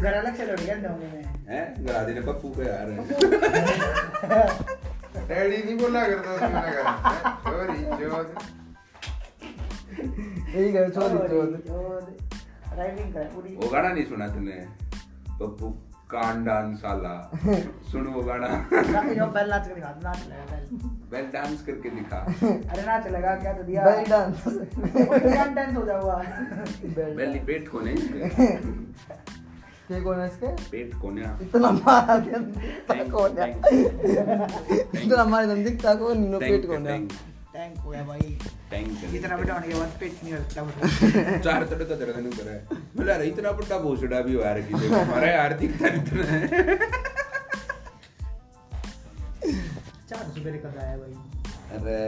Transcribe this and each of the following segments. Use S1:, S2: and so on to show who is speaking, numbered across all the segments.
S1: घराला लक्षात ठेवलं काय ठेवलं नाही
S2: हैं राधे ने पप्पू का यार
S3: डॅडी मी बोलला करतो तुम्ही नाही करत. सॉरी, जेवण.
S4: यही गए छोड़ छोड़
S1: राइटिंग कर पूरी
S2: वो गाना नहीं सुना तूने पप्पू कांडान साला सुन वो गाना
S1: काफी जो बैल नाच के दिखा नाच लगा बैल
S2: वेल डांस करके दिखा
S1: अरे नाच लगा क्या तो दिया
S4: बैल डांस
S1: बैल डांस हो जाऊगा
S2: बेली पेट कोने इसके।
S4: ये कौन है इसके
S2: पेट कोने
S4: इतना मारा दिया दिखता
S2: Thank-
S4: कौन है
S2: thank-
S4: इतना मारा दिया दिखता कौन है
S2: thank-
S4: पेट कौन है
S2: thank-
S1: थैंक हो गया भाई
S2: thank you.
S1: इतना बड़ा होने के बाद पेट नहीं लगता
S2: चार तड़का तो तड़का नहीं करा है बोला अरे इतना बड़ा भोसड़ा भी हो यार किसी का। हमारा यार दिखता इतना है
S1: चार सौ रुपये निकल रहा है भाई
S2: अरे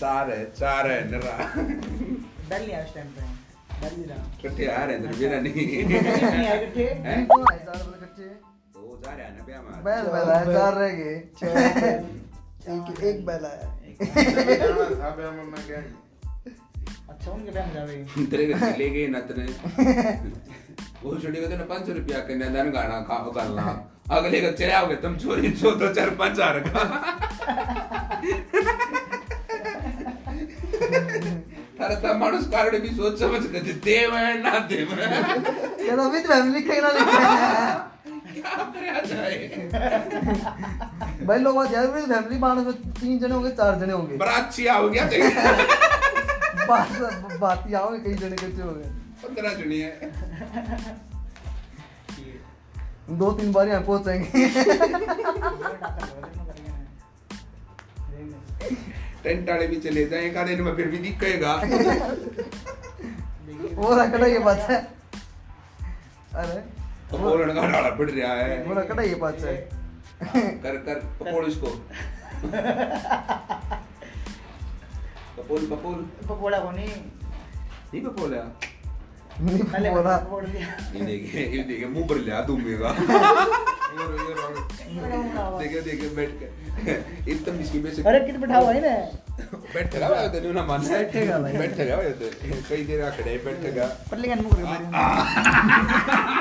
S2: चार है चार है नरा
S1: डर लिया उस टाइम पे डर लिया
S2: कट्टे यार है तेरे मेरा नहीं
S1: नहीं आए कट्ठे?
S2: हैं?
S4: कौन है चार बल कच्चे
S2: दो चार है ना बे हमारे।
S4: बैल बैल है चार रह गए एक एक बैल आया
S3: जेवण खा, बे, मम्मा, काय?
S1: अच्छा उनके बैंक जा भाई
S2: तेरे घर ले गए ना तेरे भोसड़ी को तो ना पाँच सौ रुपया के नंदन गाना खाओ करना अगले का चले आओगे तुम चोरी चो तो चार पाँच हजार का तारा ता माणूस तो कारण भी सोच समझ कर देव है ना देव है
S4: ये तो विद फैमिली खेलना लिखा है
S2: क्या करया जाए
S4: भाई लोग बात यार मेरी फैमिली बारह में तीन जने होंगे चार जने होंगे
S2: बराची आओ गया थे
S4: बात बात यहाँ में कई जने कच्चे हो गए
S2: पंद्रह जुनी है
S4: दो तीन बार यहाँ पहुंचेंगे
S2: टेंट वाले भी चले जाए एक आधे में फिर भी दिखेगा
S4: वो रखना ये बात है अरे वो
S2: बोलने का डाला पड़ रहा है
S4: वो रखना ये बात है
S2: कर कर पकोड़ इसको पकोड़ पकोड़
S1: पकोड़ा को नहीं
S2: नहीं पकोड़ा
S4: नहीं
S1: पहले
S4: बोला
S1: पकोड़ दिया
S2: ये देखे ये देखे मुंह पर लिया दूंगा
S3: ये रो, ये रो.
S2: देखे देखे बैठ कर एकदम इसकी में से
S1: अरे कित बैठा हुआ है ना
S2: बैठ गया भाई तेरे ना मान
S4: बैठेगा भाई।
S2: बैठ गया भाई तेरे कई देर आ खड़े बैठ गया
S1: पर लेकिन मुकर मारे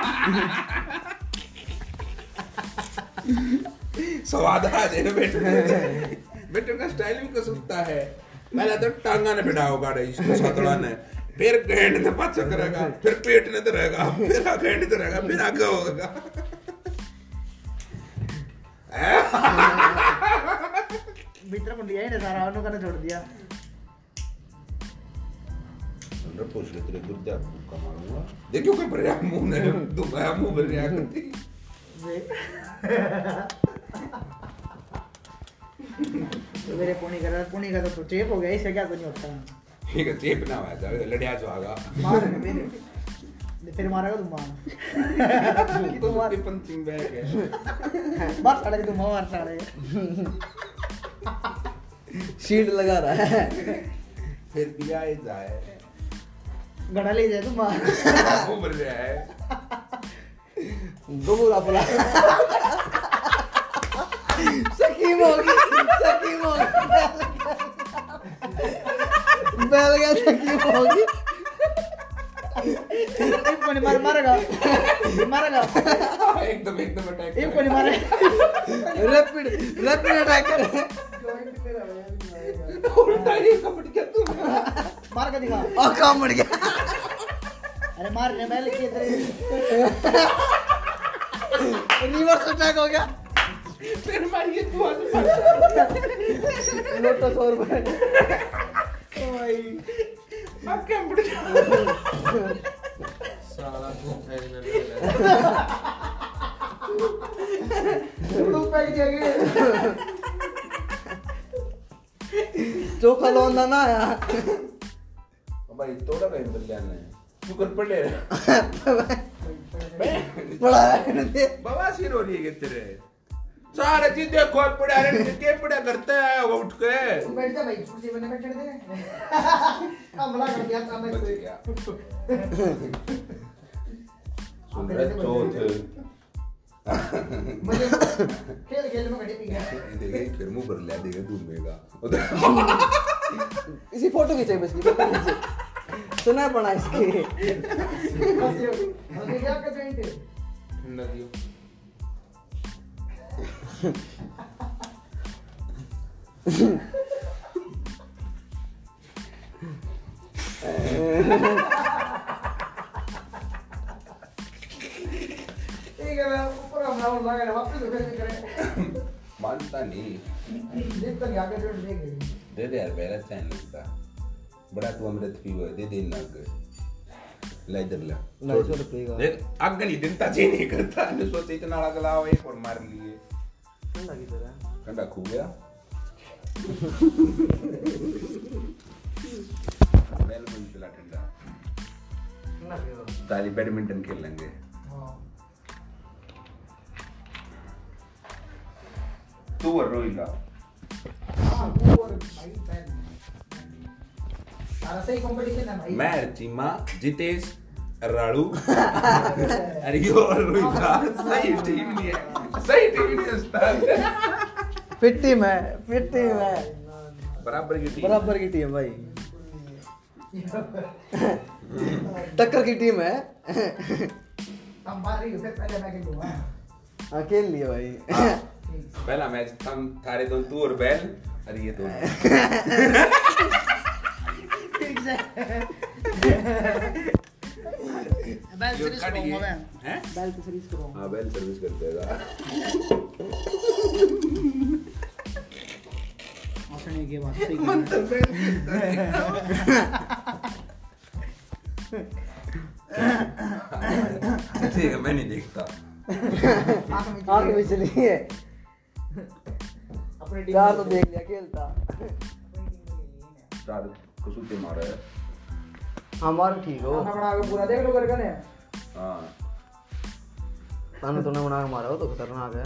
S2: स्वाद आ जाए ना बैठ बैठने का स्टाइल भी कसुकता है पहले तो टांगा ने बिठा होगा रे, इसको सतड़ा ने फिर गेंड ने पाछ करेगा फिर पेट ने तो रहेगा फिर आगे ने तो रहेगा फिर आगे होगा हैं?
S1: भीतर को लिया ही ना सारा उन्होंने करने छोड़ दिया
S2: अंदर पूछ ले तेरे गुर्दा का मारूंगा देखियो कोई भरिया मुंह ने दुबाया मुंह भरिया करती
S1: वे- मेरे पुणे का पुणे का तो टेप हो गया इससे क्या कुछ नहीं होता
S2: ठीक है चेप ना आया था लड़िया जो आगा
S1: मार मेरे फिर मारेगा तुम मार तुम मार
S2: तो पंचिंग बैग है
S1: मार साड़े तुम मार साड़े
S4: शील्ड लगा रहा है
S2: फिर दिया ही जाए
S1: घड़ा ले जाए तुम मार
S2: मुंह भर रहा है
S4: दो बुरा पड़ा सकीम होगी सकीम होगी बैल गया सकीम होगी
S1: एक कोने मार मारेगा मारेगा
S2: एकदम एकदम अटैक
S1: एक कोने मारे
S4: रैपिड रैपिड अटैक करे
S2: उल्टा ही कपड़ क्या तू
S1: मार के दिखा
S4: और काम बढ़ गया
S1: अरे मार रहे पहले के इधर
S4: रिवर्स अटैक हो गया
S2: फिर मारिए तू आज
S4: लोटो सौ रुपए
S2: आप क्या कपड़ क्या
S3: साला तू खाई ना, बे.
S4: चोखा लौंदा ना आया
S2: भाई थोड़ा कहीं बदल जाना है तू कर पड़ ले
S4: बड़ा है।
S2: बवासीर हो रही है तेरे सारे जी देखो पड़ा रे के पड़ा करते हैं वो उठ के
S1: बैठ जा भाई कुर्सी बने बैठ दे हमला कर दिया था
S2: बच
S1: मैं तो।
S2: गया सूरज चौथ
S1: मुझे खेल खेल में घड़ी पी गया
S2: देखे फिर मुंह भर लिया देखे घूमेगा
S4: इसी फोटो खींचे बस की फोटो खींचे सुना पड़ा इसके
S1: हंसी हो गई। हंसी क्या कर रही थी
S2: नदियों
S1: ठीक है मैं ऊपर हमला उड़ लगा वापस उधर से करें
S2: मानता नहीं
S1: देख तो आगे से देख गए
S2: दे दे यार मेरा चैनल का बड़ा तू अमृत पीओ दे दे नग ले इधर ले
S4: नहीं, छोड़ पिएगा।
S2: देख अग नहीं दिनता जी नहीं करता ने सोचे इतना अलग लाओ एक और मार लिए
S4: ठंडा किधर है
S2: कंडा खू गया मेरे को पिला ठंडा
S1: ना फिर
S2: ताली बैडमिंटन खेल लेंगे
S1: हां
S2: तू और रोहिला
S1: हां वो और भाई फैन सारा सही कंपटीशन है भाई
S2: मैं चीमा जितेश राड़ू अरे यो और रोहिला सही टीम नहीं है सही टीम नहीं है उस्ताद।
S4: फिट टीम है फिट टीम है
S2: बराबर की टीम
S4: बराबर की टीम है भाई टक्कर की टीम है
S1: हम मार रही हो फिर पहले मैं खेलूंगा
S4: अकेले हाँ, लिए भाई
S2: हाँ। पहला मैच हम थारे दोन तू और बैल अरे ये दोनों
S1: ठीक है मैं
S2: यो
S1: सीरीज
S2: कट
S1: करूंगा
S2: गए।
S1: मैं
S2: हैं?
S1: बैल की सीरीज करूंगा
S2: हाँ बैल सर्विस कर देगा
S1: ऑप्शन एक ये बात सही कहा।
S2: ठीक है मैं नहीं देखता
S1: आंख में
S4: आंख में चली है
S1: अपने टीम
S4: चार तो देख लिया खेलता
S1: अपनी टीम में ले लिए ना।
S2: चार कुसुते मारा है
S4: हमारा हाँ, ठीक हो
S1: खाना बना के पूरा देख लो करके ने
S2: हाँ
S4: खाना तूने बना के मारा हो तो खतरनाक है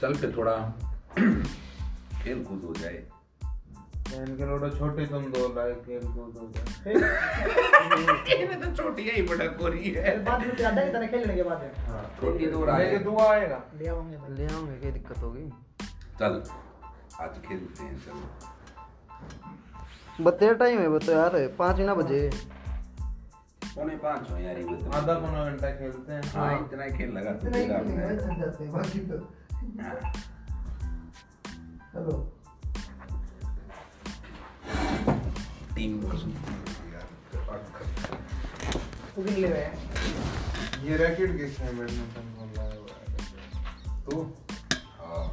S2: चल के थोड़ा खेल कूद हो जाए
S3: इनके लोटो छोटे तुम दो लाए खेल कूद हो जाए
S2: ये तो छोटी है बड़ा कोरी है
S1: बाद में ज्यादा ही तरह खेलने के बाद है।
S2: छोटी दूर आए
S3: तू आएगा
S1: ले आओगे भाई
S4: ले आऊंगे क्या दिक्कत होगी
S2: चल आज खेलते हैं चलो
S4: बतेरा टाइम है बतो यार पाँच ही ना बजे
S2: पौने पाँच हो यार ये बता।
S3: आधा पौना घंटा खेलते हैं
S2: हाँ इतना ही खेल लगा तो
S1: इतना ही
S2: देगा
S1: खेलने
S2: आपने।
S1: में थक जाते हैं बाकी तो
S2: हाँ,
S1: हेलो
S2: टीम कुसुते यार अटक।
S1: उगिल ले गए
S3: ये रैकेट किसने बैडमिंटन बोल रहा है तू
S2: हाँ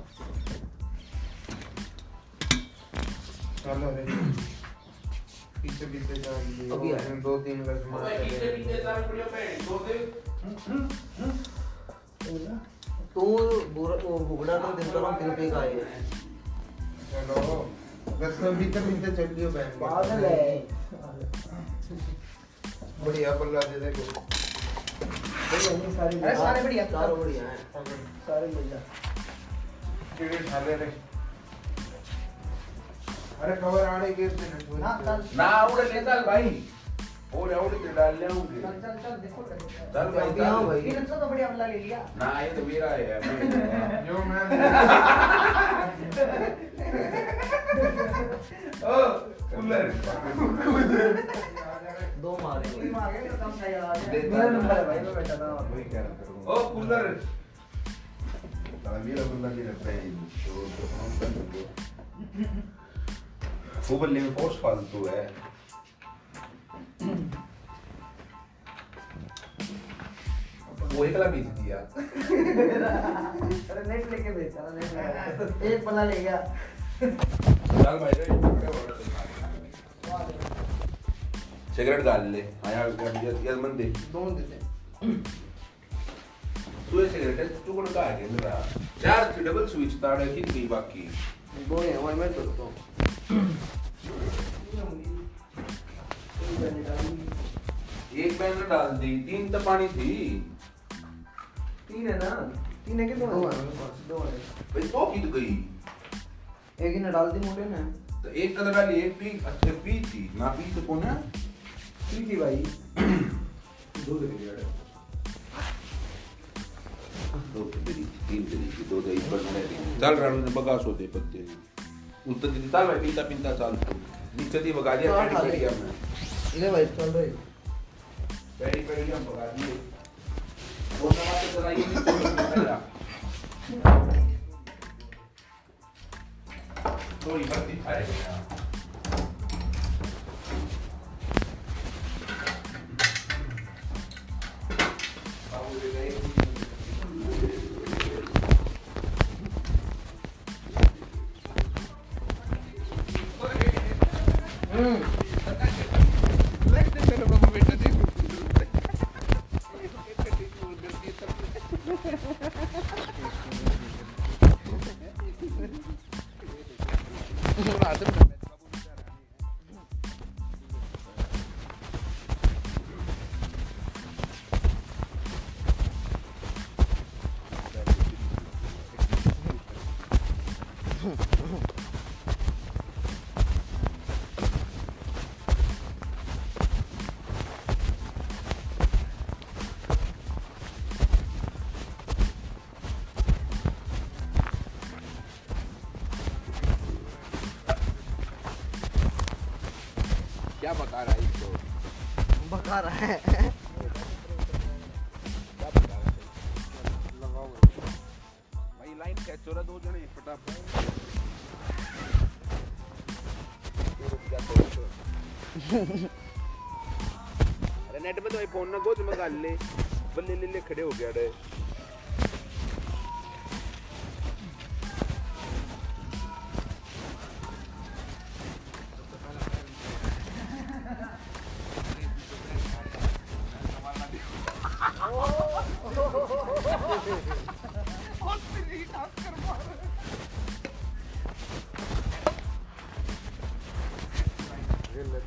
S3: चलो रे पीछे पीछे जा
S4: अभी आया।
S3: दो तीन गज मार के
S4: तू बुरा वो भुगड़ा तो दिन तक दिन पे का है
S3: चलो बस में भीतर भीतर चल लियो बैठ
S1: पागल है
S3: बढ़िया बल्ला दे दे को
S4: सारे
S1: अरे सारे बढ़िया
S4: सारे बढ़िया हैं
S1: सारे मिल जा
S3: कीड़े ठाले रे अरे खबर आने के दिन
S1: ना चल
S2: ना उड़ ले चल भाई और उड़ के डाल ले होंगे
S1: चल चल चल देखो करके।
S2: चल भाई
S4: जल्दी आओ
S2: चल
S4: भाई।
S1: तीन सौ तो बढ़िया हमला ले लिया
S2: ना ये तो मेरा है मैं-
S3: जो मैं
S2: ओ कूलर
S4: दो मारे
S1: टीम आ गई तो कम चाहिए आ गया।
S2: देता
S1: मेरा
S2: है।
S1: नंबर है भाई मैं बैठा था
S3: वही कह रहा हूं
S2: ओ कूलर
S3: मेरा बल्ला ले रहा
S2: वो बल्ले में फोर्स फालतू है वो एकला बेच दिया
S1: अरे नेट लेके बेचा नेट लेके एक बल्ला ले गया
S2: चल भाई रे सिगरेट डाल ले आया यार मन दे
S4: दोनों देते
S2: तू ये सिगरेट चुकड़ का है मेरा चार थी डबल स्विच ताड़े की थी बाकी
S4: दो हैं वही मैं तो तो
S2: एक बैन ने डाल दी तीन तो पानी थी
S1: तीन है ना तीन है कि दो
S4: दो
S1: है
S4: हैं मेरे पास
S1: दो है
S2: भाई तो कित गई
S4: एक ही ने डाल दी मोटे ने
S2: तो एक कदर डाली एक पी अच्छे पी थी ना पी तो कौन है
S4: पी थी भाई
S2: दो दे दिया दो दे तीन दे दी दो दे ऊपर में रहती चल रहा उन्होंने बगा सो दे पत्ते उस तो दिन साल में पीता पीता साल नीचे दी बगा दिया
S4: हाँ,
S2: पेड़ी
S4: खा
S2: पेड़ी
S4: लिया।
S2: हमने
S4: इधर भाई चल रही
S2: पेड़ी पेड़ी हम बगा दिए वो सवाल तो चलाइए नहीं कोई नहीं चला। तो ये बत्ती खाए गया क्या बता रहा है इसको
S4: बका रहा है
S2: क्या बता रहा है लगाओ भाई लाइन कैच हो रहा दो जने फटाफट अरे नेट पे तो भाई फोन ना गोज मंगा ले बल्ले ले ले खड़े हो गया रे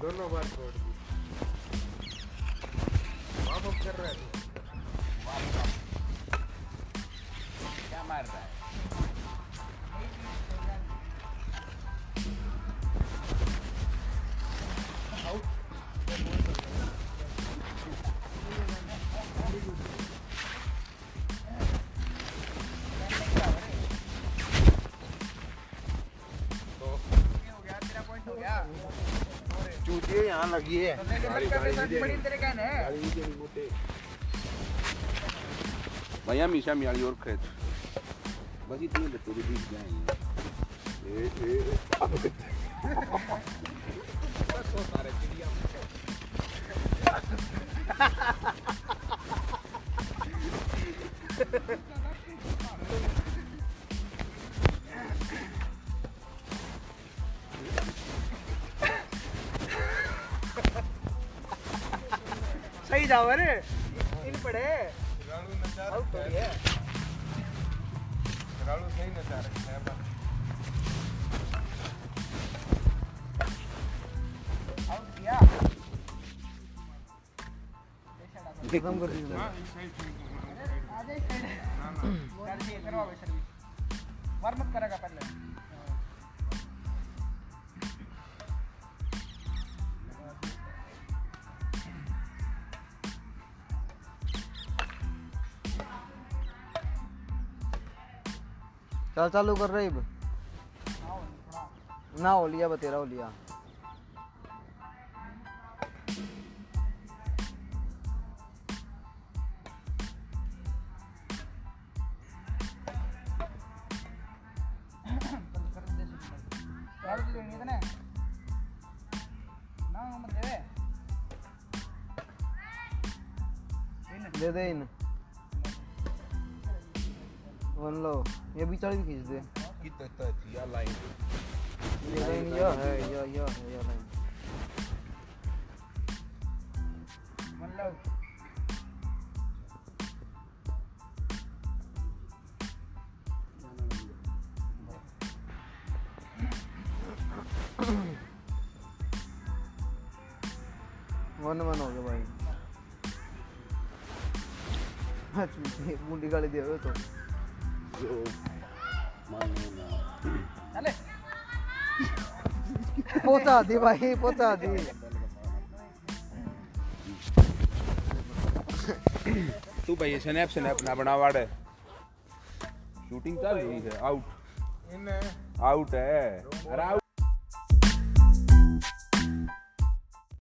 S3: दोनों बार छोड़ दी वापस कर रहा है तू।
S2: क्या मार रहा है
S3: चूतिया यहाँ लगी है
S2: भाई हमेशा मियाली और खेत बस इतने बच्चे के बीच जाएंगे ए, ए, ए।
S1: सही जाओ अरे इन पड़े
S3: राणू नचा
S1: आउट हो गया
S3: राणू सही नचा रखा है पर
S4: खत्म कर दी
S1: वार्म अप करेगा पहले
S4: चल चालू कर रही अब ना हो लिया बतेरा हो लिया दे दे इन वन लो ये भी चढ़ खींच दे
S2: कितना तो थी या लाइन
S4: ये लाइन यह है यह यह है यह लाइन वन वन हो गया भाई अच्छा मुंडी गाली दे रहे हो तो
S2: जो मानो ना
S1: चले
S4: पहुंचा दी भाई पहुंचा दी
S2: तू भाई स्नैप स्नैप ना बना वाड़ शूटिंग चल रही है आउट
S3: इन
S2: eh. आउट है अरे out